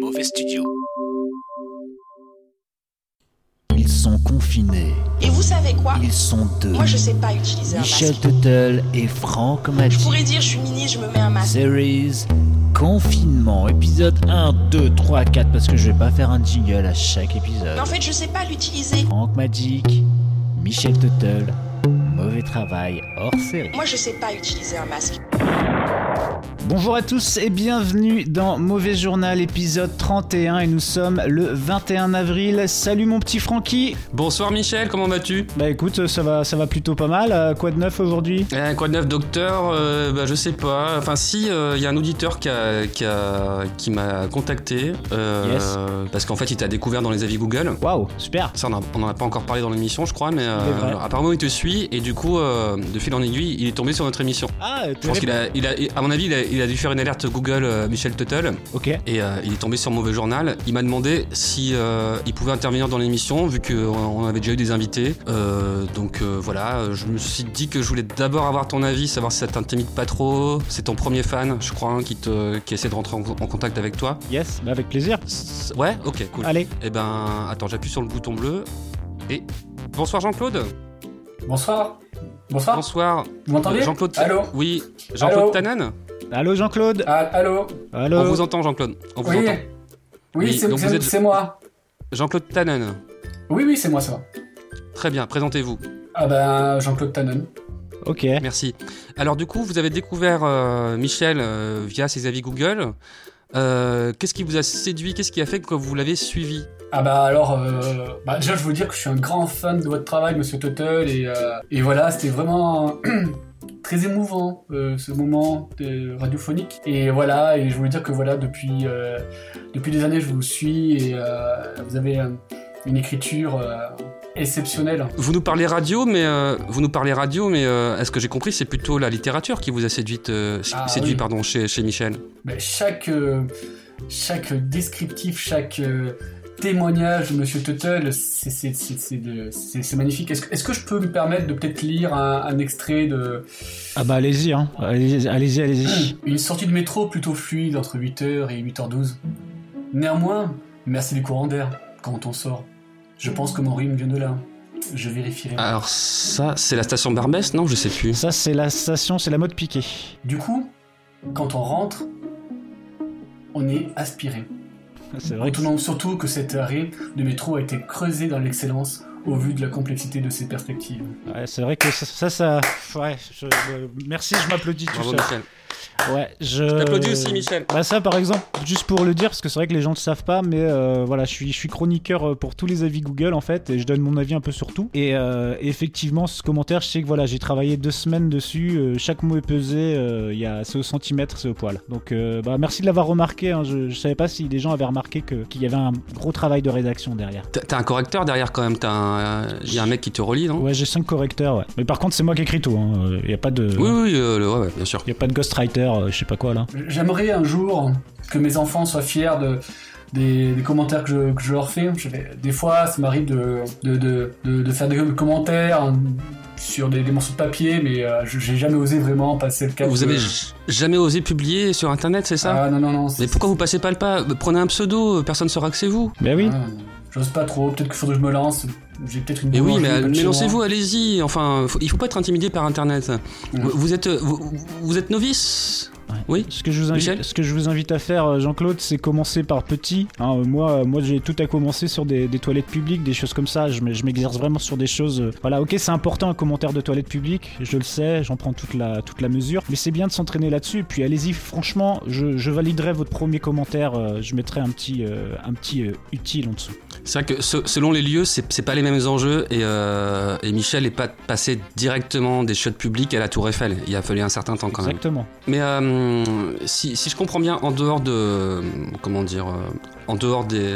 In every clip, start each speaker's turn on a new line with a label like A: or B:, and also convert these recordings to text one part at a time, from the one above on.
A: Mauvais Studio.
B: Ils sont confinés.
C: Et vous savez quoi
B: Ils sont deux.
C: Moi, je sais pas utiliser un
B: Michel
C: masque.
B: Tuttle et Franck
C: Je
B: Magic.
C: pourrais dire, je suis mini, je me mets un masque.
B: Series Confinement, épisode 1, 2, 3, 4, parce que je vais pas faire un jingle à chaque épisode.
C: Mais en fait, je sais pas l'utiliser.
B: Franck Magic, Michel Tuttle, mauvais travail hors série.
C: Moi, je sais pas utiliser un masque.
B: Bonjour à tous et bienvenue dans Mauvais Journal, épisode 31, et nous sommes le 21 avril. Salut mon petit Francky
D: Bonsoir Michel, comment vas-tu
B: Bah écoute, ça va, ça va plutôt pas mal. Euh, Quoi de neuf aujourd'hui
D: Euh, Quoi de neuf docteur Euh, bah, Je sais pas. Enfin si, euh, il y a un auditeur qui, a- qui, a- qui m'a contacté. euh,
B: Yes.
D: Parce qu'en fait, il t'a découvert dans les avis Google.
B: Waouh, super
D: Ça, on a- on n'en a pas encore parlé dans l'émission, je crois, mais euh,
B: Il est vrai.
D: apparemment, il te suit. Et du coup, euh, de fil en aiguille, il est tombé sur notre émission.
B: Ah,
D: Je pense qu'il a, il a- à mon avis, il a, il a dû faire une alerte Google euh, Michel Tuttle
B: Ok.
D: et euh, il est tombé sur mauvais journal. Il m'a demandé si euh, il pouvait intervenir dans l'émission vu qu'on avait déjà eu des invités. Euh, donc euh, voilà, euh, je me suis dit que je voulais d'abord avoir ton avis, savoir si ça t'intimide pas trop. C'est ton premier fan, je crois, hein, qui te, qui essaie de rentrer en, en contact avec toi.
B: Yes, bah avec plaisir.
D: S- Ouais, ok, cool.
B: Allez.
D: Eh ben, attends, j'appuie sur le bouton bleu et bonsoir Jean-Claude.
E: Bonsoir. Bonsoir.
D: Bonsoir.
E: Ah.
D: Euh,
E: Vous m'entendez
D: Jean-Claude.
E: Allô
D: Oui. Jean-Claude
E: Allô
D: Tanan.
B: Allô Jean-Claude
E: Ah, Allô
B: Allô
D: On vous entend, Jean-Claude. On vous
E: Oui.
D: entend.
E: Oui,
D: Oui,
E: c'est
D: donc vous
E: c'est-
D: êtes-
E: c'est moi.
D: Jean-Claude Tanan.
E: Oui, oui, c'est moi, ça va.
D: Très bien, présentez-vous.
E: Ah ben, Jean-Claude Tannen.
B: Ok.
D: Merci. Alors du coup, vous avez découvert euh, Michel euh, via ses avis Google. Euh, Qu'est-ce qui vous a séduit Qu'est-ce qui a fait que vous l'avez suivi
E: Ah bah alors, euh, bah déjà je vous dire que je suis un grand fan de votre travail, Monsieur Tuttle, et, euh, et voilà, c'était vraiment très émouvant euh, ce moment de- radiophonique. Et voilà, et je voulais dire que voilà, depuis, euh, depuis des années je vous suis et euh, vous avez euh, une écriture euh, exceptionnelle.
D: Vous nous parlez radio, mais euh, vous nous parlez radio, mais euh, à ce que j'ai compris, c'est plutôt la littérature qui vous a séduite, euh,
E: Ah,
D: séduit
E: oui.
D: pardon, chez, chez Michel.
E: Ben, chaque, euh, chaque descriptif, chaque euh, témoignage de Monsieur Tuttle, c'est- c'est- c'est c'est de- c'est- c'est magnifique. Est-ce que, est-ce que je peux me permettre de peut-être lire un, un extrait de
B: Ah bah allez-y, hein. Allez-y, allez-y. allez-y.
E: une sortie de métro plutôt fluide entre 8h et 8h12 Néanmoins, merci du courant d'air quand on sort. Je pense que mon rime vient de là. Je vérifierai.
D: Alors ça, c'est la station Barbès, non Je sais plus.
B: Ça c'est la station, c'est la mode piquée.
E: Du coup, quand on rentre, on est aspiré.
B: C'est vrai que...
E: Retenons surtout que cet arrêt de métro a été creusé dans l'excellence au vu de la complexité de ses perspectives.
B: ouais, c'est vrai que ça, ça... ça- Ouais, je- euh, merci, je m'applaudis tout
D: Bravo
B: seul.
D: Michel.
B: Ouais, je...
D: T'applaudis aussi Michel.
B: Bah ça par exemple, juste pour le dire, parce que c'est vrai que les gens ne le savent pas, mais euh, voilà, je suis, je suis chroniqueur euh, pour tous les avis Google en fait, et je donne mon avis un peu sur tout. Et euh, effectivement, ce commentaire, je sais que voilà, j'ai travaillé deux semaines dessus, euh, chaque mot est pesé, euh, il y a, c'est au centimètre, c'est au poil. Donc euh, bah, merci de l'avoir remarqué, hein. je, je savais pas si les gens avaient remarqué que, qu'il y avait un gros travail de rédaction derrière.
D: T'as- T'as un correcteur derrière quand même. T'as un- euh, Il y a un mec qui te relie, non
B: Ouais, j'ai cinq correcteurs, ouais. Mais par contre, c'est moi qui écris tout, hein, euh, il n'y a pas de...
D: Oui, oui, euh, le- ouais, ouais, bien sûr.
B: Il y a pas de ghostwriter, euh, je sais pas quoi là.
E: J'aimerais un jour que mes enfants soient fiers de, des, des commentaires que je, que je leur fais. Je fais- des fois, ça m'arrive de, de, de, de- de faire des commentaires sur des, des morceaux de papier, mais euh, je- j'ai jamais osé vraiment passer le cap.
D: Vous
E: de-
D: avez j- jamais osé publier sur Internet, c'est ça
E: Ah non, non, non.
D: Mais
E: c'est-
D: pourquoi vous passez pas le pas Prenez un pseudo, euh, personne saura que c'est vous.
B: Ben oui.
E: Ah, J'ose pas trop, peut-être qu'il faudrait que je me lance. J'ai peut-être une
D: Mais Eh oui,
E: boulangerie
D: mais,
E: pas de
D: mais
E: chez moi.
D: lancez-vous, allez-y. Enfin, faut- il faut pas être intimidé par Internet.
E: Mm.
D: Vous, vous êtes, euh, vous, vous êtes novice
B: Ce que je vous invite,
D: Michel
B: ce que je vous invite à faire, euh, Jean-Claude, c'est commencer par petit. hein. Euh, moi, euh, moi, j'ai tout à commencer sur des, des toilettes publiques, des choses comme ça. Je, m'e- je m'exerce vraiment sur des choses. euh, voilà, ok, c'est important un commentaire de toilette publique. Je le sais, j'en prends toute la toute la mesure. Mais c'est bien de s'entraîner là-dessus. Et puis, allez-y. Franchement, je, je validerai votre premier commentaire. euh, je mettrai un petit euh, un petit euh, utile en dessous.
D: C'est vrai que se- selon les lieux, c'est c'est pas les mêmes enjeux. Et, euh, et Michel est pas passé directement des shots publics à la Tour Eiffel. Il a fallu un certain temps quand même.
B: Exactement.
D: Mais euh, si, si je comprends bien, en dehors de comment dire, euh, en dehors des,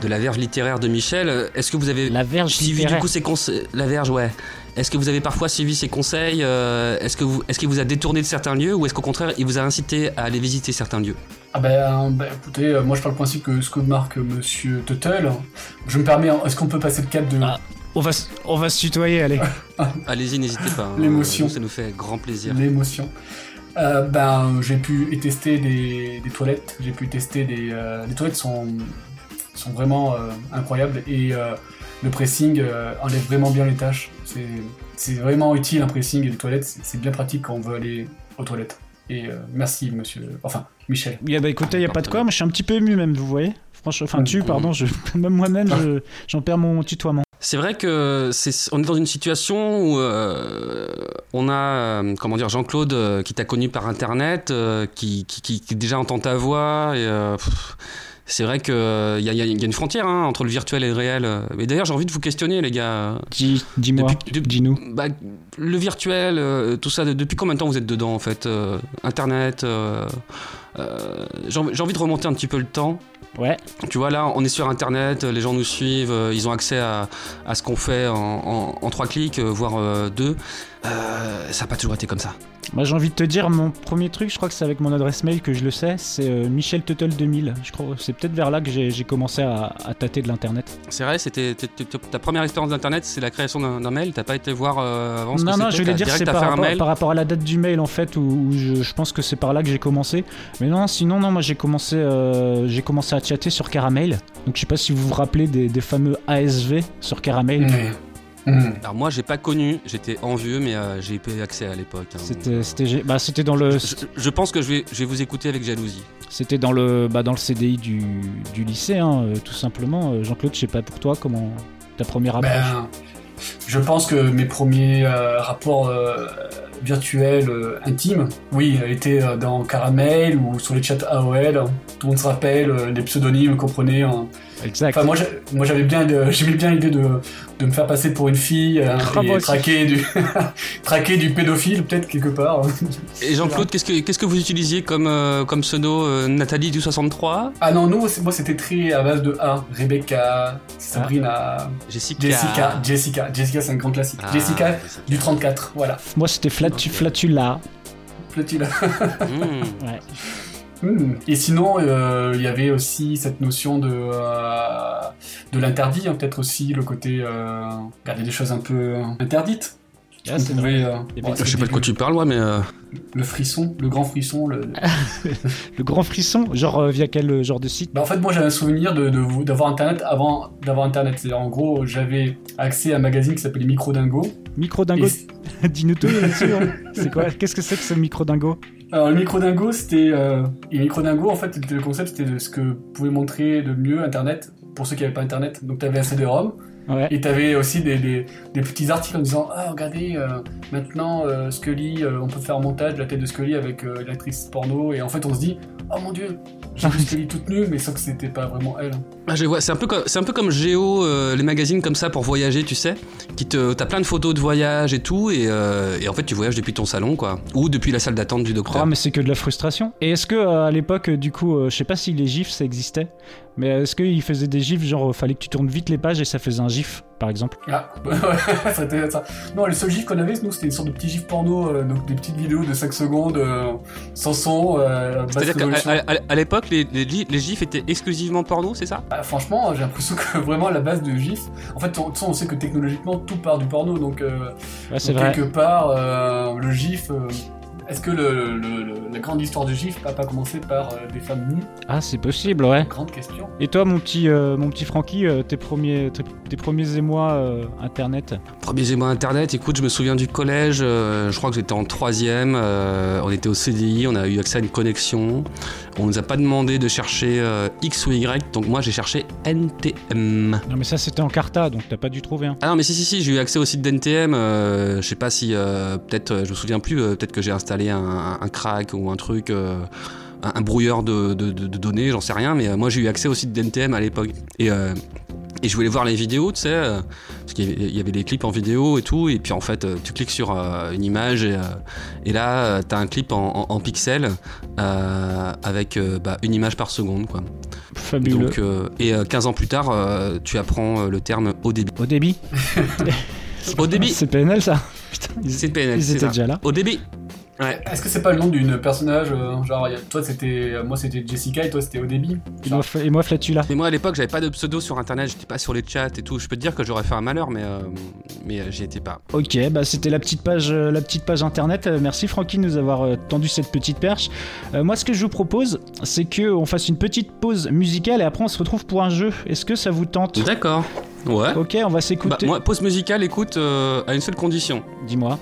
D: de la verve littéraire de Michel, euh, est-ce que vous avez
B: La verge
D: suivi du
B: littéraire.
D: coup ses conseils la verge ouais est-ce que vous avez parfois suivi ses conseils euh, est-ce que vous est-ce qu'il vous a détourné de certains lieux ou est-ce qu'au contraire il vous a incité à aller visiter certains lieux
E: Ah ben, ben, écoutez, euh, moi je parle le principe que ce que marque Monsieur Tuttle, je me permets, hein, est-ce qu'on peut passer le cap de...
B: Ah. On va se- on va se tutoyer. Allez.
D: allez-y n'hésitez pas hein.
E: L'émotion.
D: ça nous fait grand plaisir
E: L'émotion. euh, ben, j'ai pu y tester des, des toilettes. J'ai pu tester des. euh, les toilettes sont, sont vraiment euh, incroyables et euh, le pressing euh, enlève vraiment bien les tâches. C'est, c'est vraiment utile un pressing et les toilettes. C'est, c'est bien pratique quand on veut aller aux toilettes. Et euh, merci, monsieur. Enfin, Michel.
B: Il y a, bah, écoutez, il n'y a pas de quoi, mais je suis un petit peu ému même, vous voyez Franchement, enfin tu, pardon, je, même moi-même, je- j'en perds mon tutoiement.
D: C'est vrai que c'est, on est dans une situation où euh, on a euh, comment dire Jean-Claude euh, qui t'a connu par internet, euh, qui, qui, qui- qui déjà entend ta voix et euh, pff, c'est vrai que euh, il y a, il y a- il y a une frontière hein, entre le virtuel et le réel. Et d'ailleurs j'ai envie de vous questionner les gars.
B: Dis- Dis-moi,
D: Depuis- de-
B: dis-nous.
D: Bah, le virtuel, euh, tout ça, de- depuis combien de temps vous êtes dedans en fait euh, Internet. euh, euh, j'ai, envie- j'ai envie de remonter un petit peu le temps.
B: Ouais.
D: Tu vois, là, on est sur Internet, les gens nous suivent, euh, ils ont accès à, à ce qu'on fait en, en- en trois clics, euh, voire euh, deux. Euh, ça n'a pas toujours été comme ça.
B: Moi, Bah, j'ai envie de te dire, mon premier truc, je crois que c'est avec mon adresse mail que je le sais, c'est euh, Michel Tuttle 2000. Je crois, c'est peut-être vers là que j'ai j'ai commencé à, à tâter de l'internet.
D: C'est vrai, c'était t- t- t- ta première expérience d'Internet, c'est la création d'un d'un mail. T'as pas été voir euh, avant ce que
B: Non, non,
D: c'était,
B: je voulais
D: t'as
B: dire,
D: direct
B: c'est
D: à
B: par,
D: faire un
B: rapport-
D: mail.
B: par rapport à la date du mail en fait, où, où je, je pense que c'est par là que j'ai commencé. Mais non, sinon, non, moi j'ai commencé, euh, j'ai commencé à chatter sur Caramel. Donc je sais pas si vous vous rappelez des, des fameux ASV sur Caramel.
E: Mmh. Mmh.
D: Alors moi, j'ai pas connu, j'étais envieux, mais euh, j'ai eu accès à l'époque. hein.
B: C'était, c'était, gé- bah, c'était dans le,
D: Je, je pense que je vais, je vais vous écouter avec jalousie.
B: c'était dans le, bah, dans le CDI du, du lycée, hein, euh, tout simplement. Euh, Jean-Claude, je sais pas pour toi comment ta première approche.
E: Ben, je pense que mes premiers euh, rapports euh, virtuels euh, intimes, oui, étaient euh, dans Caramel ou sur les chats AOL. Tout le monde se rappelle euh, les pseudonymes qu'on prenait. hein.
B: exact.
E: Enfin, moi, j'a- moi, j'avais bien, le- j'aimais bien l'idée de, de me faire passer pour une fille hein,
B: Ah, moi
E: et
B: aussi.
E: traquer du, traquer du pédophile peut-être quelque part.
D: Et Jean-Claude, qu'est-ce que, qu'est-ce que vous utilisiez comme, euh, comme pseudo euh, Nathalie du 63
E: Ah non, nous, c'est- moi, c'était très à base de A, Rebecca, Sabrina,
D: Jessica.
E: Jessica, Jessica, Jessica, c'est un grand classique.
D: Ah,
E: Jessica
D: Jessica.
E: du 34, voilà.
B: Moi, c'était flatu-
D: Ok.
B: Flatula.
E: Platil.
D: Hmm.
E: Hmm. Et sinon, euh, il y avait aussi cette notion de, euh, de l'interdit, hein, peut-être aussi le côté euh, garder des choses un peu euh, interdites.
B: Ah,
D: Ah,
E: On pouvait, euh,
B: Il y avait-
E: bon,
D: Je sais
E: c'était
D: pas de quoi tu parles, moi, mais. euh,
E: Le frisson, le grand frisson. Le...
B: Le grand frisson, genre euh, via quel euh, genre de site
E: Bah, en fait, moi, j'avais un souvenir de, de vous- d'avoir Internet avant d'avoir Internet. C'est-à-dire, en gros, j'avais accès à un magazine qui s'appelait Micro Dingo.
B: Micro dingo,
E: Et-
B: dis-nous tout là-dessus. hein. C'est quoi Qu'est-ce que c'est que ce micro dingo
E: Alors, le micro-dingo, c'était. euh, Et micro-dingo, en fait, c'était le concept, c'était de ce que pouvait montrer de mieux Internet pour ceux qui n'avaient pas Internet. Donc, t'avais un CD-ROM
B: Ouais.
E: et t'avais aussi des, des, des petits articles en disant Ah, regardez, euh, maintenant, euh, Scully, euh, on peut faire un montage de la tête de Scully avec euh, l'actrice porno. Et en fait, on se dit Oh mon dieu, j'ai vu Scully toute nue, mais sauf que c'était pas vraiment elle.
D: Ah, je vois, c'est un peu comme, c'est un peu comme Géo, euh, les magazines comme ça pour voyager, tu sais, qui te, t'as plein de photos de voyage et tout, et, euh, et en fait tu voyages depuis ton salon, quoi, ou depuis la salle d'attente du docteur.
B: Ah, mais c'est que de la frustration. Et est-ce que euh, à l'époque, euh, du coup, euh, je sais pas si les gifs ça existait, mais euh, est-ce qu'ils faisaient des gifs genre euh, fallait que tu tournes vite les pages et ça faisait un gif, par exemple
E: Ah, ça était ça. Non, le seul gif qu'on avait, nous, c'était une sorte de petit gif porno, euh, donc des petites vidéos de 5 secondes, euh, sans son, euh, basse
D: C'est-à-dire
E: résolution.
D: qu'à à- à- à l'époque, les, les, li- les gifs étaient exclusivement porno, c'est ça
E: Bah, franchement, j'ai l'impression que vraiment la base de GIF. En fait, de toute façon, on sait que technologiquement tout part du porno, donc, euh,
B: Ouais, c'est
E: donc
B: vrai.
E: quelque part, euh, le GIF. euh, est-ce que le, le- le- la grande histoire de GIF n'a pas commencé par euh, des femmes nues
B: Ah, c'est possible, ouais.
E: Grande question.
B: Et toi, mon petit, euh, mon petit Francky, euh, tes premiers, tes, tes premiers émois euh, internet
D: Premier moi internet, écoute, je me souviens du collège, euh, je crois que j'étais en troisième, euh, on était au CDI, on a eu accès à une connexion, on nous a pas demandé de chercher euh, X ou Y, donc moi j'ai cherché NTM.
B: Non, mais ça c'était en carta, donc t'as pas dû trouver. Hein.
D: Ah non, mais si, si, si, j'ai eu accès au site d'NTM. euh, je sais pas si, euh, peut-être, euh, je me souviens plus, euh, peut-être que j'ai installé un, un crack ou un truc, euh, un, un brouilleur de, de- de- de données, j'en sais rien, mais euh, moi j'ai eu accès au site d'NTM à l'époque. Et, euh, et je voulais voir les vidéos, tu sais, euh, parce qu'il y avait- il y avait des clips en vidéo et tout, et puis en fait, euh, tu cliques sur euh, une image et, euh, et là, euh, t'as un clip en, en- en pixels euh, avec euh, bah, une image par seconde, quoi.
B: Fabuleux.
D: Donc, euh, et euh, 15 ans plus tard, euh, tu apprends euh, le terme au débit.
B: Au débit
D: Au débit
B: C'est PNL ça Putain, ils,
D: C'est PNL,
B: ils
D: c'est
B: étaient
D: ça.
B: déjà là.
D: Au débit Ouais.
E: Est-ce que c'est pas le nom d'une personnage euh, Genre, y a- toi c'était. euh, Moi c'était Jessica et toi c'était Odébi.
B: Et moi, fla- et moi Flatula.
D: Mais moi à l'époque j'avais pas de pseudo sur internet, j'étais pas sur les chats et tout. Je peux te dire que j'aurais fait un malheur, mais, euh, mais euh, j'y étais pas.
B: Ok, bah c'était la petite page, euh, la petite page internet. Euh, Merci Francky de nous avoir euh, tendu cette petite perche. Euh, moi, ce que je vous propose, c'est que on fasse une petite pause musicale et après on se retrouve pour un jeu. Est-ce que ça vous tente
D: D'accord. Ouais.
B: Ok, on va
D: Bah,
B: s'écouter.
D: moi, pause musicale, écoute, euh, à une seule condition.
B: Dis-moi.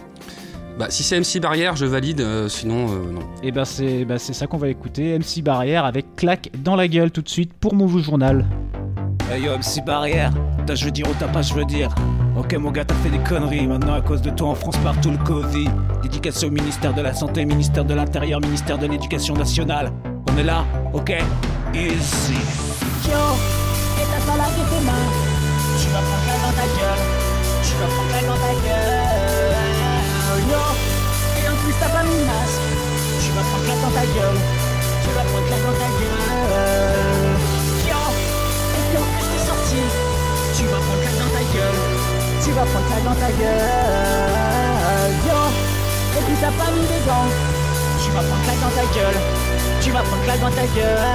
D: Bah, si c'est MC Barrière, je valide, euh, sinon, euh, non.
B: Et ben c'est bah, c'est ça qu'on va écouter. MC Barrière avec claque dans la gueule tout de suite pour Mouvou Journal.
A: Hey Eh, yo, MC Barrière, t'as je veux dire ou t'as pas je veux dire. Ok mon gars, t'as fait des conneries, maintenant à cause de toi en France partout le Covid. Dédication au ministère de la Santé, ministère de l'Intérieur, ministère de l'Éducation nationale. On est là, ok Easy.
F: Yo, éteins pas la vie tes mains. Tu vas prendre la dans ta gueule. Tu vas prendre la dans ta gueule. Yo, et en plus t'as pas mis le masque. Tu vas prendre la dans ta gueule. Tu vas prendre la dans ta gueule. Yo, et puis en plus t'es sorti. Tu vas prendre la dans ta gueule. Tu vas prendre la dans ta gueule. Yo, et puis t'as pas mis les gants. Tu vas prendre la dans ta gueule. Tu vas prendre la dans ta gueule.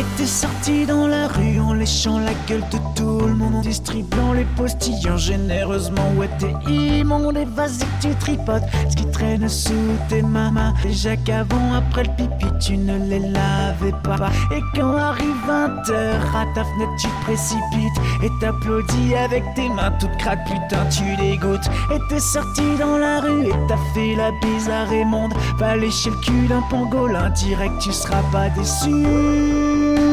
F: Et t'es sorti dans la rue en léchant la gueule de tout le monde, en distribuant les postillons généreusement. Ouais, t'es immonde et vas-y que tu tripotes. Ce qui traîne sous tes mamas, déjà qu'avant, après le pipi, tu ne les lavais pas. Et quand arrive 20h, à ta fenêtre, tu te précipites et t'applaudis avec tes mains toutes craques, putain, tu dégoûtes. Et t'es sorti dans la rue et t'as fait la bise à Raymond. Va lécher le cul d'un pangolin direct, tu seras pas déçu.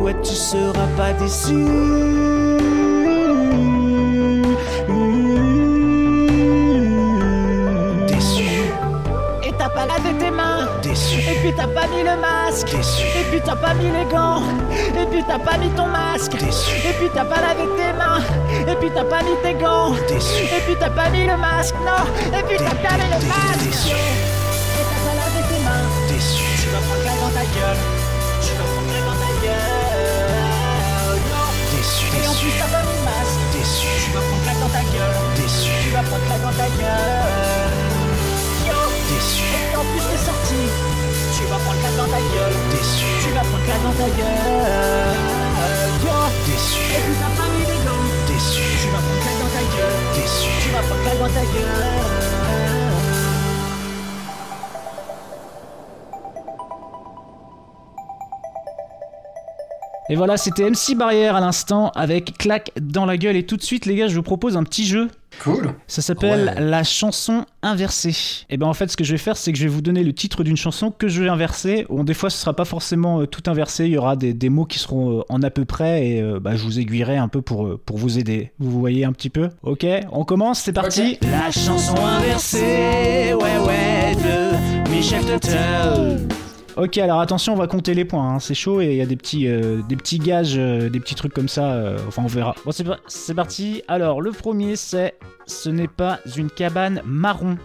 F: Ouais, tu seras pas déçu. Déçu, Et t'as pas lavé tes mains. Et
A: déçu,
F: puis t'as pas mis le masque.
A: déçu,
F: Et puis t'as pas mis les gants. Et puis t'as pas mis ton masque.
A: déçu,
F: Et puis t'as pas lavé tes mains. Et puis t'as pas mis tes gants.
A: déçu.
F: Et puis t'as pas mis le masque, non. Et puis t'as pas mis le
A: Déçu.
F: masque.
A: Déçu.
F: Et t'as pas lavé tes mains.
A: déçu.
F: Tu vas prendre la dans ta gueule. Tu vas prendre la dans ta gueule. Non.
A: Déçu,
F: Et en
A: déçu,
F: plus t'as pas mis le masque.
A: déçu,
F: Tu vas prendre la dans ta gueule. Tu
A: déçu,
F: vas prendre la dans ta gueule. Yo.
A: déçu,
F: Et en plus t'es sorti Tu vas prendre la dans ta gueule Tu vas prendre la dans ta gueule Yo Et
A: déçu,
F: puis t'as pas mis les gants Tu
A: déçu,
F: vas prendre la dans ta gueule
A: déçu.
F: Tu vas prendre la dans ta gueule
B: Et voilà, c'était MC Barrière à l'instant avec claque dans la gueule. Et tout de suite, les gars, je vous propose un petit jeu.
E: Cool.
B: Ça s'appelle
D: Ouais.
B: la chanson inversée. Et ben en fait, ce que je vais faire, c'est que je vais vous donner le titre d'une chanson que je vais inverser. Bon, des fois, ce sera pas forcément euh, tout inversé. Il y aura des, des mots qui seront euh, en à peu près et euh, bah, je vous aiguillerai un peu pour, euh, pour vous aider. Vous voyez un petit peu Ok, on commence, c'est parti.
A: La chanson inversée, ouais ouais, de Michel Tuttle.
B: Ok, alors attention, on va compter les points. hein. C'est chaud et il y a des petits, euh, des petits gages, euh, des petits trucs comme ça. euh, enfin, on verra. Bon, c'est par- c'est parti. Alors, le premier, c'est ce n'est pas une cabane marron.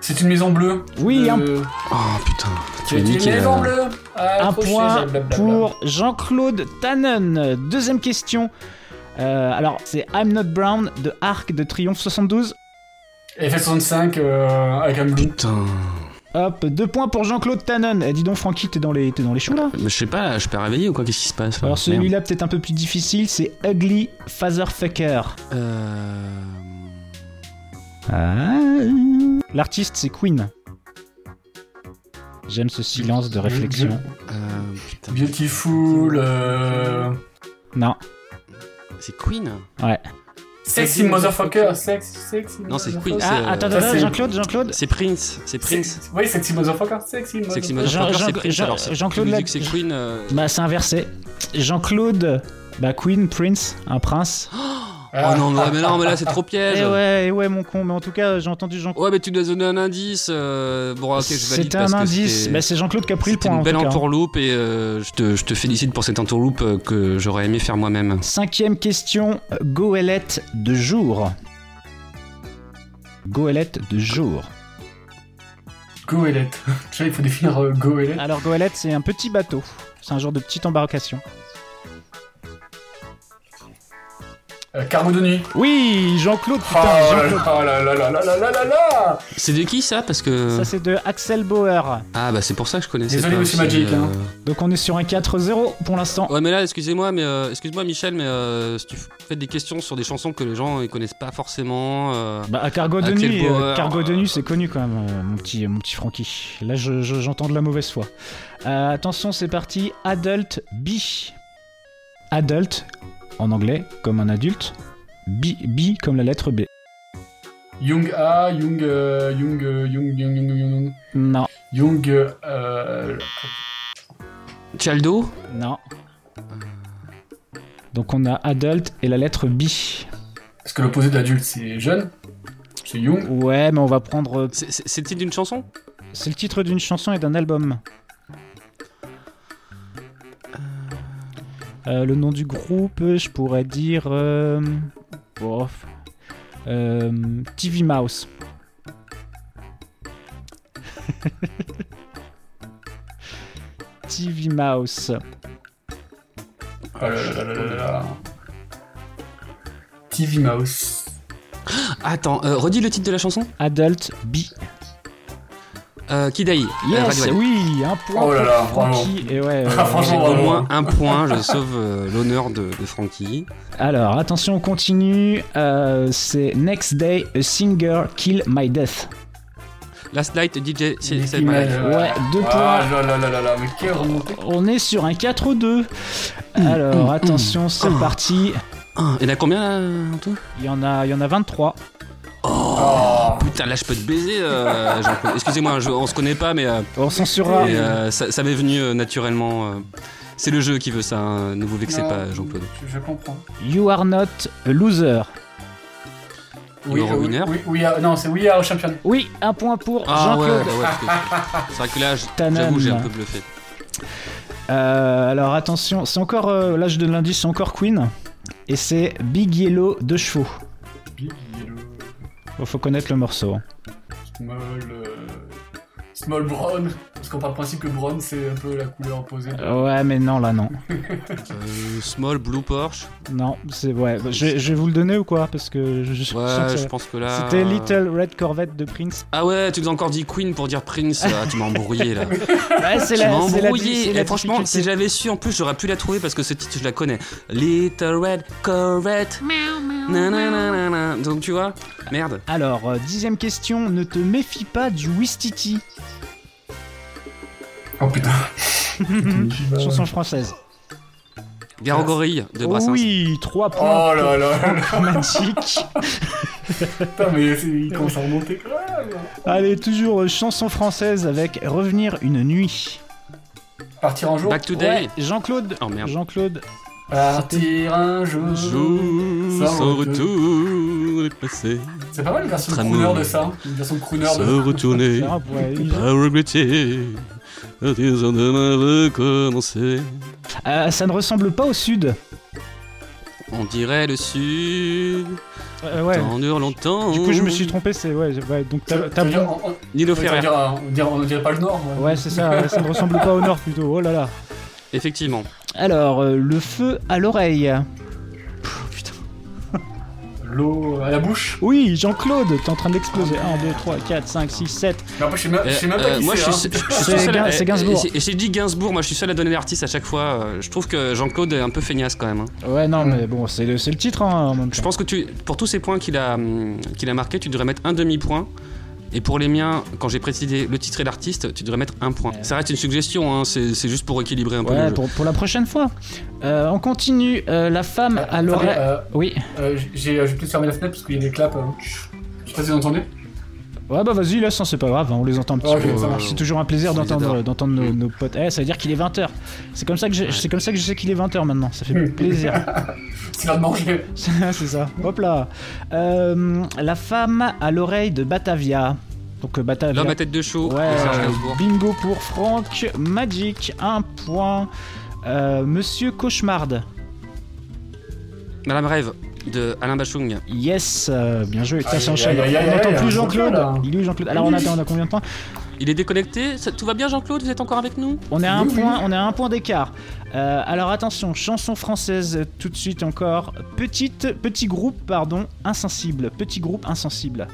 E: C'est une maison bleue.
B: Oui, un
E: Euh,
D: Oh putain. tu
E: C'est
D: m'as
E: une
D: niqué, là.
E: maison bleue. Ah,
B: Un
E: Accroché,
B: point
E: blablabla.
B: pour Jean-Claude Tannen. Deuxième question. Euh, alors, c'est I'm Not Brown de Arc de Triomphe 72.
E: FS65 euh, avec un blue.
D: Putain.
B: Hop, deux points pour Jean-Claude Tannen. Eh, dis donc, Francky, t'es dans les, t'es dans les choux là
D: Mais je sais pas, là, je peux réveiller ou quoi Qu'est-ce qui se passe là
B: Alors,
D: Merde.
B: celui-là, peut-être un peu plus difficile, c'est Ugly Fatherfucker.
D: Euh...
B: L'artiste, c'est Queen. J'aime ce silence de réflexion.
D: euh, Putain.
E: Beautiful. euh,
B: Non,
D: C'est Queen
E: Sexy motherfucker. Sex, sexy.
D: Non, c'est
E: motherfucker.
D: Queen. c'est,
B: Ah,
D: euh,
B: attends,
E: ça,
B: attends,
E: c'est-
B: Jean-Claude, Jean-Claude.
D: C'est Prince. C'est Prince.
E: Oui, sexy motherfucker. Sexy
D: Sexy
E: motherfucker.
B: Jean-
D: Motherfucker,
B: Jean-
D: c'est Prince.
B: Jean-
D: alors, c'est-
B: Jean-Claude
D: tu me dis
B: Lac-
D: que c'est Queen. euh,
B: Bah, c'est inversé. Jean-Claude, bah, Queen, Prince, un prince.
E: Ah,
D: Oh non, non, mais non, mais là, c'est trop piège.
B: Eh ouais, eh ouais, mon con, mais en tout cas, j'ai entendu Jean-Claude.
D: Ouais, mais tu dois donner un indice. euh, Bon, ok, je valide.
B: C'était
D: parce
B: un
D: que
B: indice,
D: c'était-
B: bah, c'est Jean-Claude qui a pris le
D: C'était
B: point.
D: une
B: en
D: belle
B: tout cas, hein.
D: entourloupe et euh, je, te, je te félicite pour cette entourloupe euh, que j'aurais aimé faire moi-même.
B: hein. Cinquième question, goélette de jour. Goélette de jour.
E: Goélette. Tu vois, il faut définir euh, goélette.
B: Alors, goélette, c'est un petit bateau. C'est un genre de petite embarcation.
E: Euh, Carmo de nuit.
B: Oui, Jean-Claude,
E: Oh
B: putain,
D: Ah,
E: là
B: Jean-Claude.
E: là là là là là là là là
D: C'est de qui ça Parce que.
B: Ça, c'est de Axel Bauer.
D: ah bah c'est pour ça que je connaissais.
E: Désolé,
D: pas
E: monsieur
D: aussi,
E: Magic, hein.
B: Donc, on est sur un 4-0 pour l'instant.
D: Ouais mais là excusez-moi mais euh, excuse-moi Michel mais euh, si tu fais des questions sur des chansons que les gens ils connaissent pas forcément euh,
B: Bah, à Cargo de
D: Axel
B: nuit, euh,
D: Bauer.
B: Cargo de nuit, c'est connu quand même, euh, mon petit, mon petit Francky. Là, je- je- j'entends de la mauvaise foi. Euh, attention, c'est parti. Adult B. Adult en anglais comme un adulte. B, B comme la lettre B.
E: Young A, Young, euh, Young, euh, Young, Young, Young, Young, Young,
B: Non,
E: Young, euh, euh,
D: Chaldo
B: non. Donc on a adulte et la lettre B.
E: parce que l'opposé d'adulte c'est jeune, c'est Young.
B: Ouais, mais on va prendre. euh,
D: c'est- c'est c'est le titre d'une chanson
B: C'est le titre d'une chanson et d'un album. Euh, le nom du groupe, euh, je pourrais dire. euh, bof. Euh, TV Mouse. TV Mouse.
E: Oh là là là là là là. TV Mouse.
D: Attends euh, redis le titre de la chanson
B: Adult B.
D: euh, Kidai euh,
B: Yes,
D: Radiohead.
B: oui, un point.
E: Oh là là,
B: pour Francky. Et ouais, euh,
E: franchement,
D: Au
E: bravo.
D: moins un point, je sauve euh, l'honneur de, de Frankie.
B: Alors, attention, on continue. Euh, c'est Next Day, a singer kill my death.
D: Last Night DJ, c'est c'est
E: Mickey
D: pareil.
E: Mouse,
B: Ouais, deux
E: Ah
B: points.
E: là là là là là, mais quelle remontée.
B: On est sur un 4-2. Alors, attention, c'est
D: hum.
B: parti.
D: Ah, il y en a combien là, en tout
B: Il y en a, il y en a 23.
E: Oh.
D: Putain, là je peux te baiser, euh, Jean-Claude. Excusez-moi, je- on se connaît pas, mais euh,
B: On censurera.
D: et, euh, ça, ça m'est venu euh, naturellement. euh. c'est le jeu qui veut ça, hein, ne vous vexez
B: Ah.
E: Non,
D: pas, Jean-Claude.
E: Je, je comprends.
B: You are not a loser.
D: You're a
E: euh,
D: winner.
E: oui, oui, ah, non, c'est We Are Champion.
B: Oui, un point pour
D: Ah ouais,
B: Jean-Claude.
D: bah ouais, parce que- c'est vrai que là, j-
B: Tanan.
D: j'avoue, j'ai un peu bluffé.
B: Euh, alors, attention, c'est encore. euh, là, je donne l'indice, c'est encore Queen. Et c'est Big Yellow de chevaux.
E: Big Yellow.
B: Bon, faut connaître le morceau. hein.
E: Small. euh, Small Brown. Parce qu'on part du principe que Brown c'est un peu la couleur opposée. de-
B: Ouais, mais non, là, non.
D: Euh, small, Blue Porsche.
B: Non, c'est ouais. bah, Je, je vais vous le donner ou quoi Parce que je, je sens que ça-
D: Ouais, je pense que là.
B: C'était Little Red Corvette de Prince.
D: Ah ouais, tu nous as encore dit Queen pour dire Prince. Ah, tu m'as embrouillé là.
B: Ouais, c'est
D: Tu
B: la,
D: m'as
B: c'est la- c'est
D: embrouillé.
B: la
D: Et franchement, si
B: difficulté.
D: j'avais su, en plus, j'aurais pu la trouver parce que ce titre, je la connais. Little Red Corvette. Nananana. Donc tu vois, merde.
B: Alors, euh, dixième question. Ne te méfie pas du Wistiti.
E: Oh putain.
B: Chanson française.
D: Gare aux gorilles de Brassens.
B: Oh oui, trois points.
E: Oh là là là.
B: pour Magic.
E: Putain, mais c'est- il commence à remonter quand même.
B: Allez, toujours euh, chanson française avec Revenir une nuit.
E: Partir un jour.
D: Back today.
B: Ouais, Jean-Claude.
D: Oh, merde.
B: Jean-Claude.
E: Partir un jour.
D: Jour
E: Ça,
D: sans
E: on peut.
D: retour est passé,
E: C'est pas mal une version
D: Très
E: crooner
D: mauvais.
E: de ça. Une version crooner
D: se
E: de.
D: retourner,
B: Ah, ouais, il-
D: pas regretter, un désir demain recommencer.
B: Euh, ça ne ressemble pas au sud.
D: On dirait le sud,
B: Euh, ouais.
D: tant dure longtemps.
B: Du coup, je me suis trompé. C'est ouais, ouais, Donc t'as t'as
E: Ça veut dire-
B: bon.
E: on- on-
D: Nino
E: ça veut
D: Ferrer,
E: dire, euh, on dirait- on dirait pas le Nord.
B: Ouais, c'est ça. ouais, ça ne ressemble pas au nord plutôt. Oh là là.
D: effectivement.
B: Alors, euh, le feu à l'oreille.
E: L'eau à la bouche.
B: Oui, Jean-Claude, t'es en train d'exploser. 1, 2, 3, 4, 5, 6, 7.
E: Mais après, je sais même, je sais même
D: Euh,
E: pas
D: euh,
E: qui
D: moi, je
E: c'est.
D: suis,
E: hein.
D: je suis
B: C'est
D: seul à-
B: Gain- c'est Gainsbourg.
D: et- et- et j'ai dit Gainsbourg, moi je suis seul à donner l'artiste à chaque fois. euh, Je trouve que Jean-Claude est un peu feignasse quand même. hein.
B: Ouais, non, mais bon, c'est le, c'est le titre hein, en même
D: Je
B: temps.
D: pense que tu, pour tous ces points qu'il a, hum, qu'il a marqués, tu devrais mettre un demi-point. Et pour les miens, quand j'ai précisé le titre et l'artiste, tu devrais mettre un point. Ça reste une suggestion, hein, c'est c'est juste pour équilibrer un peu le
B: Ouais,
D: jeu.
B: pour, pour la prochaine fois. Euh, on continue. euh, la femme à
E: Attendez,
B: l'oreille.
E: euh,
B: Oui.
E: euh, j'ai, euh, je vais peut-être fermer la fenêtre parce qu'il y a des claps. euh. Je sais pas si vous entendez.
B: Ouais, bah vas-y, là, ça, c'est pas grave. hein, on les entend un petit
E: Ok,
B: peu.
E: ça
D: marche.
B: C'est toujours un plaisir
D: On les
B: d'entendre
D: adore.
B: d'entendre nos,
D: Mm.
B: nos potes. Eh, ça veut dire qu'il est 20h. C'est comme ça que je, c'est comme ça que je sais qu'il est 20h maintenant. Ça fait
D: Hmm.
E: Mm.
B: plaisir.
E: C'est l'heure de manger.
B: c'est ça. Hop là. Euh, la femme à l'oreille de Batavia. Donc, euh, Batavia.
D: L'homme à tête de chou,
B: Ouais,
D: de Serge
B: euh,
D: Gainsbourg.
B: bingo pour Franck, Magic, un point. Euh, Monsieur Cauchemarde,
D: Madame Rêve de Alain Bachung.
B: yes, euh, bien joué. Tiens,
E: Aïe,
B: ça enchaîne.
E: aïe, aïe, aïe,
B: on n'entend
E: aïe,
B: plus
E: Jean-Claude,
B: Jean-Claude.
E: là.
B: Il est où Jean-Claude Alors on attend, on a combien de points
D: Il est déconnecté Ça- Tout va bien, Jean-Claude Vous êtes encore avec nous
B: On est à un
E: Oui, oui.
B: point, on est à un point d'écart. Euh, alors attention, chanson française tout de suite encore. Petite, petit groupe, pardon, insensible. Petit groupe insensible.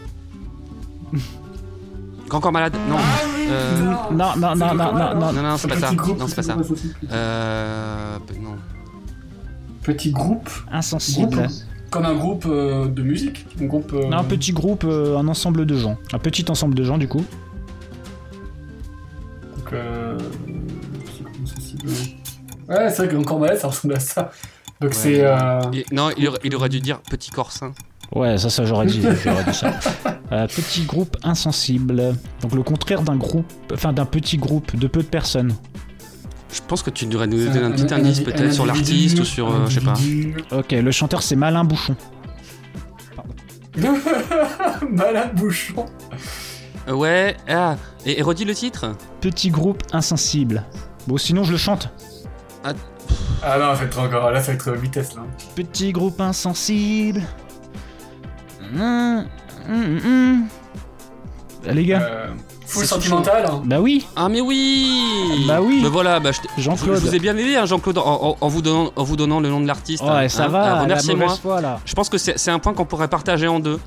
D: Grand corps malade Non. Euh,
B: Non, non, non, non, non, non.
D: non, non, c'est pas ça.
E: Petit groupe,
D: Non, c'est pas ça. Euh. Non.
E: Petit groupe,
B: Insensible.
E: groupe comme un groupe euh, de musique, un groupe. euh,
B: Non, un petit groupe, euh, un ensemble de gens. Un petit ensemble de gens du coup.
E: donc, euh, c'est comment ça s'appelle Ouais, c'est vrai que encore malade, ça ressemble à ça. Donc
D: Ouais.
E: c'est. euh,
D: Il- non, il, aurait- il aurait dû dire petit hein. corsin.
B: Ouais, ça, ça j'aurais dit, j'aurais dit ça. Euh, petit groupe insensible. Donc le contraire d'un groupe, enfin d'un petit groupe de peu de personnes.
D: Je pense que tu devrais nous donner un
E: un-
D: petit
E: un
D: indice
E: indi-
D: peut-être
E: un
D: sur
E: individu,
D: l'artiste ou sur. euh, je sais pas.
E: individu.
B: Ok, le chanteur c'est Malin Bouchon.
E: Malade bouchon.
D: Euh, ouais, ah, et, et redis le titre
B: Petit groupe insensible. Bon, sinon je le chante.
E: Ah non, ça va être encore. Là, ça va être euh, vitesse là.
B: Petit groupe insensible. Hum, hum, hum. Ah, Les gars.
E: Euh, full
D: C'est
E: sentimental. hein.
B: Bah oui,
D: Ah, mais oui
B: Bah oui.
D: Bah voilà, bah, je, t'ai-
B: Jean-Claude.
D: je vous ai bien aidé, hein, Jean-Claude, en, en- en vous donnant, en vous donnant le nom de l'artiste. hein,
B: Ouais, ça
D: hein.
B: va.
D: Alors,
B: la
D: Remerciez-moi.
B: mauvaise foi, là.
D: Je pense que c'est c'est un point qu'on pourrait partager en deux.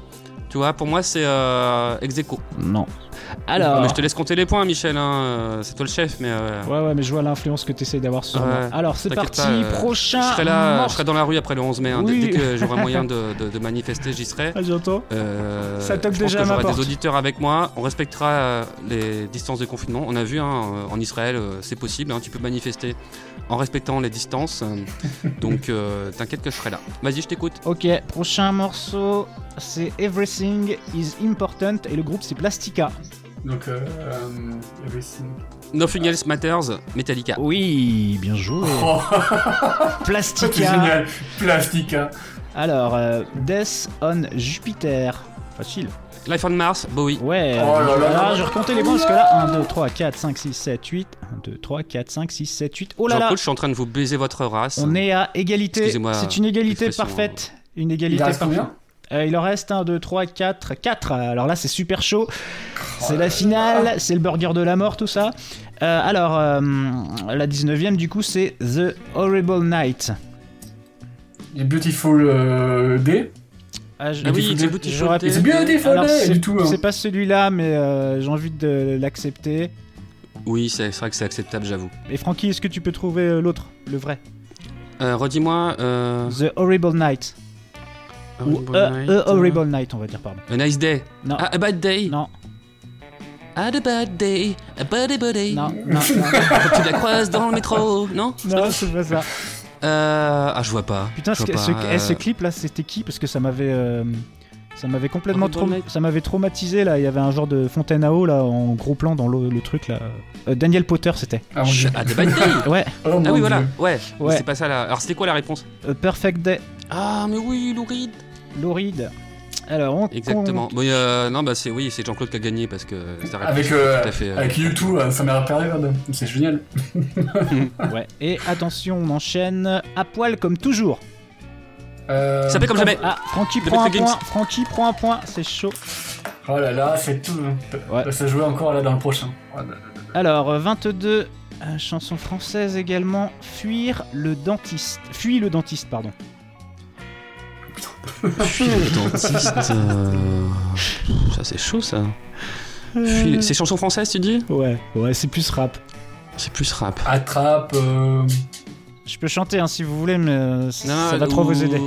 D: Tu vois, pour moi, c'est euh, ex aequo.
B: Non. Alors.
D: Mais je te laisse compter les points, Michel. hein, euh, C'est toi le chef, mais. euh,
B: Ouais, ouais, mais je vois l'influence que t'essayes d'avoir sur
D: Ouais.
B: moi. Alors, c'est
D: T'inquiète
B: parti.
D: pas, euh,
B: prochain.
D: Je serai là,
B: morceau.
D: je serai dans la rue après le 11 mai. hein, dès-
B: Oui.
D: Dès, que j'aurai moyen de, de- de manifester, j'y serai.
B: Ah, j'entends.
D: Euh,
B: Ça toque
D: je pense
B: déjà à
D: que
B: ma
D: j'aurai
B: porte.
D: des auditeurs avec moi. On respectera euh, les distances de confinement. On a vu hein, euh, en Israël, euh, c'est possible. hein, tu peux manifester en respectant les distances. Euh, Donc euh, t'inquiète que je serai là. Vas-y, je t'écoute.
B: Ok, prochain morceau, c'est Everything is Important et le groupe c'est Plastica.
E: Donc, euh, euh, il y avait aussi-
D: Nothing else matters, Metallica.
B: Oh. Oui, bien joué.
E: Oh, c'est
B: Plastica.
E: génial. Plastique. hein.
B: Alors, euh, Death on Jupiter. Facile.
D: Life on Mars, Bowie.
B: Ouais,
E: Oh là là là.
B: je vais compter les points parce que là, 1, 2, 3, 4, 5, 6, 7, 8. 1, 2, 3, 4, 5, 6, 7, 8. Oh là là,
D: Jean-Claude, je suis en train de vous baiser votre race.
B: on est à égalité.
D: Excusez-moi,
B: C'est une égalité
D: l'expression.
B: parfaite. Une
E: Il
B: égalité
E: en reste
B: parfaite.
E: combien
B: Euh, il en reste 1, 2, 3, 4, 4. Alors là, c'est super chaud. C'est la finale, c'est le burger de la mort, tout ça. Euh, alors, euh, la 19ème, du coup, c'est The Horrible Night.
E: Il est Beautiful euh, Day.
B: Ah, je-
D: Ah oui,
E: Beautiful
D: c'est
E: Day.
D: Beautiful
B: J'aurais
D: Day.
E: C'est Beautiful
B: Alors,
E: Day
B: c'est
E: du tout. hein.
B: c'est pas celui-là, mais euh, j'ai envie de l'accepter.
D: Oui, c'est c'est vrai que c'est acceptable, j'avoue.
B: Et Francky, est-ce que tu peux trouver euh, l'autre, le vrai
D: Euh, Redis-moi. euh,
B: The Horrible Night. Ou
D: Horrible
B: A,
D: Night,
B: A
D: euh,
B: Horrible Night, on va dire, pardon.
D: A Nice Day.
B: Non.
D: Ah, a Bad Day.
B: Non,
D: Had a bad day, a buddy buddy.
B: non, non, non,
D: Quand tu la croises dans le métro, non
B: non, c'est pas ça.
D: Euh. Ah, je vois pas.
B: Putain,
D: je
B: ce,
D: vois pas,
B: ce- eh, ce
D: euh,
B: clip là, c'était qui Parce que ça m'avait, euh, ça m'avait complètement
D: Horrible
B: trau-
D: Night.
B: ça m'avait traumatisé là. Il y avait un genre de fontaine à eau là en gros plan dans l'eau, le truc là. Euh, Daniel Potter, c'était.
E: Ah, mon Dieu.
D: Ah, the bad day
B: Ouais.
E: Oh, mon
D: Ah oui,
E: Dieu.
D: voilà, ouais.
B: Ouais.
D: Mais C'est pas ça là. Alors, c'était quoi la réponse
B: A Perfect Day,
D: Ah, mais oui, Louride.
B: Lauride. Alors on. Oh.
D: Exactement. Oui, euh, non, bah, c'est oui, c'est Jean-Claude qui a gagné parce que c'est la réponse
E: Avec, euh,
D: tout à fait. euh,
E: avec YouTube, hein, ça m'a regarde. C'est génial.
B: on- ouais. Et attention, on enchaîne à poil comme toujours.
E: Euh,
D: Ça fait comme jamais.
B: Ah, Francky
D: The
B: prend un
D: Metro Games.
B: point. Francky prend un point. C'est chaud.
E: Oh là là, c'est tout. hein.
B: Ouais.
E: Ça se jouer encore là dans le prochain. Oh là là.
B: Alors euh, 22. euh, chanson française également. Fuir le dentiste. Fuis le dentiste, pardon.
D: Fuis le dentiste. euh, Ça, c'est chaud ça. Fuis le- C'est chanson française, tu dis
B: Ouais. Ouais, c'est plus rap.
D: C'est plus rap.
E: Attrape. euh,
B: Je peux chanter hein, si vous voulez, mais euh, c-
D: Non,
B: ça va trop
D: ou-
B: vous aider.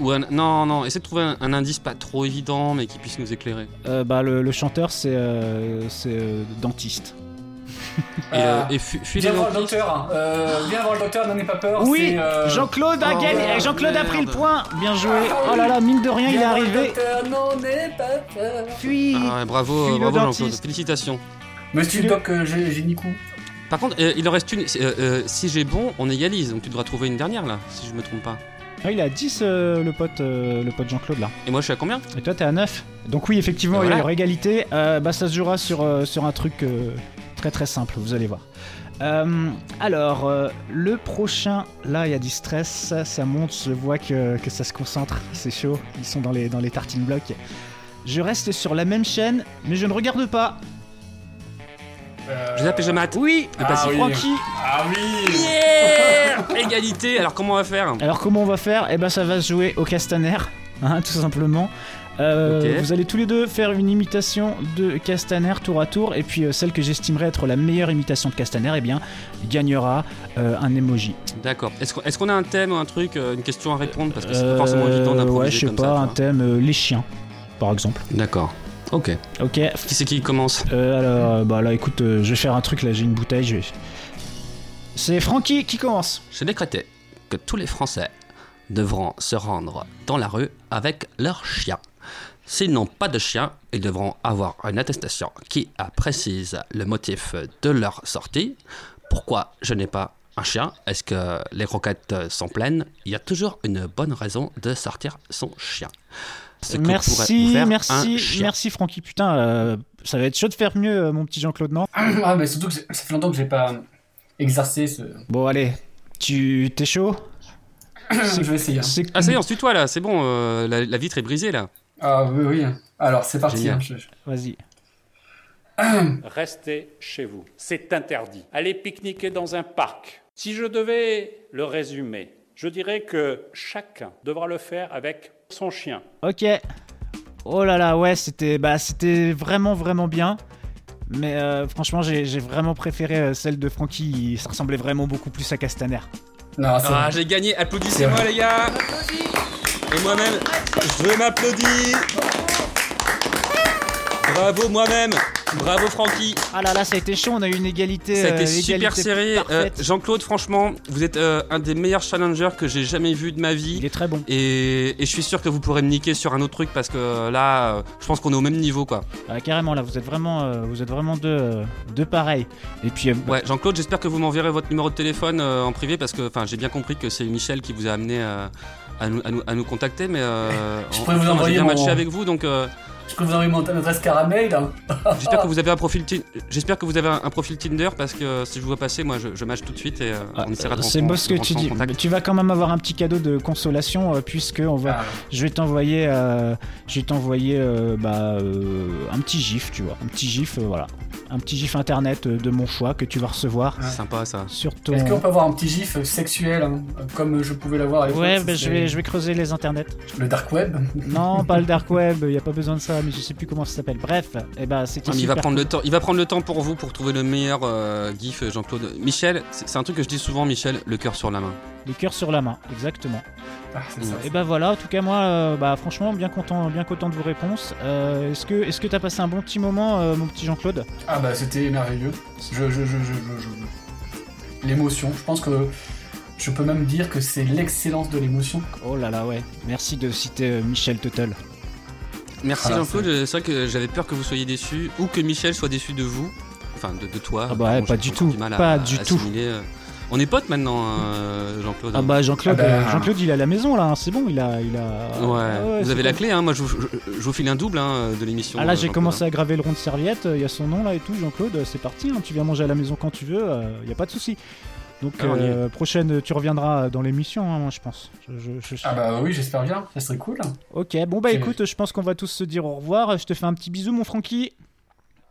D: ou un- Non, non, essaie de trouver un, un indice pas trop évident mais qui puisse nous éclairer.
B: Euh, bah, le, le chanteur, c'est euh, c'est, euh, dentiste.
D: Et, euh, et fu- fuis
E: Viens
D: le
E: voir le
D: dentiste.
E: docteur. hein. Euh, viens voir le docteur, n'en aie pas peur.
B: Oui,
E: c'est, euh,
B: Jean-Claude a
D: oh,
B: gagné.
D: merde,
B: Jean-Claude a pris le
D: merde.
B: point. Bien joué. Oh là là, mine de rien, il est
E: viens voir le
B: arrivé.
E: docteur, n'en aie pas peur.
B: Puis.
D: Ah ouais, bravo,
B: Fuis
D: euh,
B: le
D: bravo Jean-Claude.
B: dentiste.
D: Félicitations.
E: Monsieur le doc, euh, j'ai j'ai Nico.
D: Par contre, euh, il en reste une. c'est, euh, euh, si j'ai bon, on égalise. Donc tu devras trouver une dernière là, si je me trompe pas.
B: Ah, il est à 10, euh, le pote, euh, le pote Jean-Claude là.
D: Et moi, je suis à combien
B: Et toi, t'es à 9. Donc, oui, effectivement, il
D: Et
B: y
D: voilà.
B: aura égalité. Euh, bah, ça se jouera sur, euh, sur un truc euh, très très simple, vous allez voir. Euh, alors, euh, le prochain, là, il y a du stress, ça, ça monte, je vois que, que ça se concentre, c'est chaud, ils sont dans les, dans les tartines blocs. Je reste sur la même chaîne, mais je ne regarde pas.
D: Je les appelle Jamat.
B: Oui,
D: Ah
B: c'est
E: oui.
B: Francky.
E: Euh, Ah oui
D: Yeah Égalité. Alors comment on va faire
B: Alors comment on va faire Eh ben ça va se jouer au castaner, hein, tout simplement. Euh,
D: Ok.
B: Vous allez tous les deux faire une imitation de Castaner tour à tour, et puis euh, celle que j'estimerais être la meilleure imitation de Castaner, eh bien, gagnera euh, un emoji.
D: D'accord. Est-ce qu'on est-ce qu'on a un thème, un truc, euh, une question à répondre Parce que c'est
B: Euh,
D: pas forcément évident d'improviser
B: Ouais, je sais
D: comme
B: pas,
D: ça.
B: un
D: tu
B: thème euh, les chiens, par exemple.
D: vois. D'accord. Ok.
B: Ok.
D: Qui c'est qui commence
B: euh, alors, euh, bah là, écoute, euh, je vais faire un truc là, j'ai une bouteille. Je vais... C'est Francky qui commence.
D: J'ai décrété que tous les Français devront se rendre dans la rue avec leur chien. S'ils n'ont pas de chien, ils devront avoir une attestation qui a précise le motif de leur sortie. Pourquoi je n'ai pas un chien Est-ce que les croquettes sont pleines Il y a toujours une bonne raison de sortir son chien. Ce que pourrait vous
B: Merci,
D: faire un
B: merci,
D: chien.
B: merci Francky. Putain, euh, ça va être chaud de faire mieux, euh, mon petit Jean-Claude, non
E: Ah, mais surtout que c'est- ça fait longtemps que j'ai pas euh, exercé ce.
B: Bon, allez, tu t'es chaud
E: Je vais essayer. hein.
B: C'est
D: Ah ça y est, on se tutoie là, c'est bon, euh, la, la vitre est brisée là.
E: Ah oui, oui. Alors, c'est parti.
D: Génial.
E: hein, je- je-
B: Vas-y.
G: Restez chez vous. C'est interdit. Allez pique-niquer dans un parc. Si je devais le résumer, je dirais que chacun devra le faire avec son chien.
B: Ok. Oh là là, ouais, c'était bah, c'était vraiment, vraiment bien. Mais euh, franchement, j'ai j'ai vraiment préféré euh, celle de Francky. Ça ressemblait vraiment beaucoup plus à Castaner.
E: Non, c'est
D: Ah j'ai gagné, applaudissez-moi les gars Et moi-même, je m'applaudis Bravo moi-même Bravo Francky
B: Ah là là, ça a été chaud. On a eu une égalité.
D: Ça a
B: euh,
D: été super
B: égalité
D: serré. Euh,
B: parfaite.
D: Jean-Claude, franchement, vous êtes euh, un des meilleurs challengers que j'ai jamais vu de ma
B: Il
D: vie.
B: est très bon.
D: Et, et je suis sûr que vous pourrez me niquer sur un autre truc parce que là, euh, je pense qu'on est au même niveau quoi.
B: Ah, carrément, là, vous êtes vraiment, euh, vous êtes vraiment deux, euh, deux pareils. Et puis, euh,
D: Ouais, Jean-Claude, j'espère que vous m'enverrez votre numéro de téléphone euh, en privé parce que enfin, j'ai bien compris que c'est Michel qui vous a amené euh, à, nous, à nous- à nous contacter. Mais euh,
E: Je
D: en-
E: pourrais vous
D: en- j'ai
E: envoyer
D: bien
E: mon-
D: matché avec vous donc. euh,
E: Je peux vous envoyer mon adresse caramel. hein.
D: J'espère que vous avez un profil Tin- j'espère que vous avez un, un profil Tinder parce que euh, si je vous vois passer, moi je, je match tout de suite et euh,
B: ah,
D: on essaiera de
B: c'est
D: rentrer en-
B: beau ce
D: de
B: que tu
D: rentrer en
B: dis.
D: contact.
B: Mais Tu vas quand même avoir un petit cadeau de consolation euh, puisque on va
E: Ah,
B: Je vais t'envoyer, euh, je vais t'envoyer euh, bah, euh, un petit gif, tu vois, un petit gif, euh, voilà, un petit gif internet euh, de mon choix que tu vas recevoir
D: C'est sympa ça.
B: sur ton.
E: Est-ce qu'on peut avoir un petit gif sexuel, hein, comme je pouvais l'avoir à l'époque
B: Ouais,
E: ça
B: bah, je
E: serait
B: vais, je vais creuser les internets.
E: Le dark web.
B: Non, pas le dark web, y a pas besoin de ça, mais je sais plus comment ça s'appelle. Bref, et bah c'était
D: Ah, mais il
B: super.
D: va prendre le temps. Il va prendre le temps pour vous pour trouver le meilleur euh, gif euh, Jean-Claude. Michel, c'est c'est un truc que je dis souvent Michel, le cœur sur la main.
B: Les cœurs sur la main, exactement.
E: Ah, c'est ça.
B: Et bah voilà, en tout cas moi, euh, bah franchement, bien content, bien content de vos réponses. Euh, est-ce que, est-ce que t'as passé un bon petit moment, euh, mon petit Jean-Claude
E: Ah bah c'était merveilleux. Je, je, je, je, je, je- L'émotion. Je pense que je peux même dire que c'est l'excellence de l'émotion.
B: Oh là là, ouais. Merci de citer euh, Michel Tuttle.
D: Merci
E: Ah,
D: Jean-Claude. C'est vrai que j'avais peur que vous soyez déçu ou que Michel soit déçu de vous, enfin de, de toi.
B: Ah bah ouais,
D: Bon,
B: pas
D: j'ai
B: du
D: encore
B: tout,
D: mal
B: pas du tout.
D: assimiler, euh. On est potes maintenant, euh, Jean-Claude.
B: Ah bah Jean-Claude,
E: Ah bah.
B: euh, Jean-Claude il est à la maison là, hein, c'est bon, il a, il a.
D: Ouais.
B: Ah ouais,
D: vous
B: c'est
D: avez la
B: bon.
D: clé, hein. Moi, je, vous- je- je vous file un double hein, de l'émission.
B: Ah là
D: euh,
B: j'ai
D: Jean-Claude,
B: commencé à graver le rond de serviette, euh, il y a son nom là et tout, Jean-Claude, euh, c'est parti, hein, tu viens manger à la maison quand tu veux, il y a pas de souci. Donc
D: Ah, on y
B: euh, prochaine, tu reviendras dans l'émission, hein, moi je pense. Je- je- je-
E: Ah bah oui, j'espère bien. Ça serait cool.
B: Ok, bon bah
E: Et-
B: écoute, je pense qu'on va tous se dire au revoir, je te fais un petit bisou mon Francky.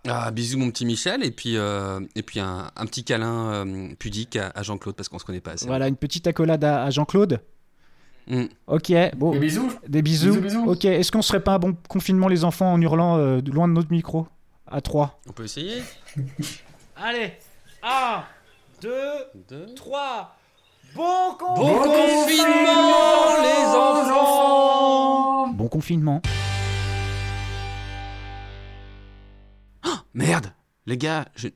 D: Ah, bisous mon petit Michel et puis euh, et puis un, un petit câlin euh, pudique à, à Jean-Claude parce qu'on se connaît pas assez.
B: Voilà, une petite accolade à, à Jean-Claude.
D: Mm.
B: Ok, bon,
E: Des bisous.
B: des bisous.
E: bisous, bisous.
B: Ok, est-ce qu'on serait pas un bon confinement les enfants en hurlant euh, de- loin de notre micro À 3.
D: On peut essayer.
B: Allez, 1, 2,
D: Deux.
B: 3. Bon
D: Bon confinement les enfants.
B: Bon confinement.
D: Merde, les gars, je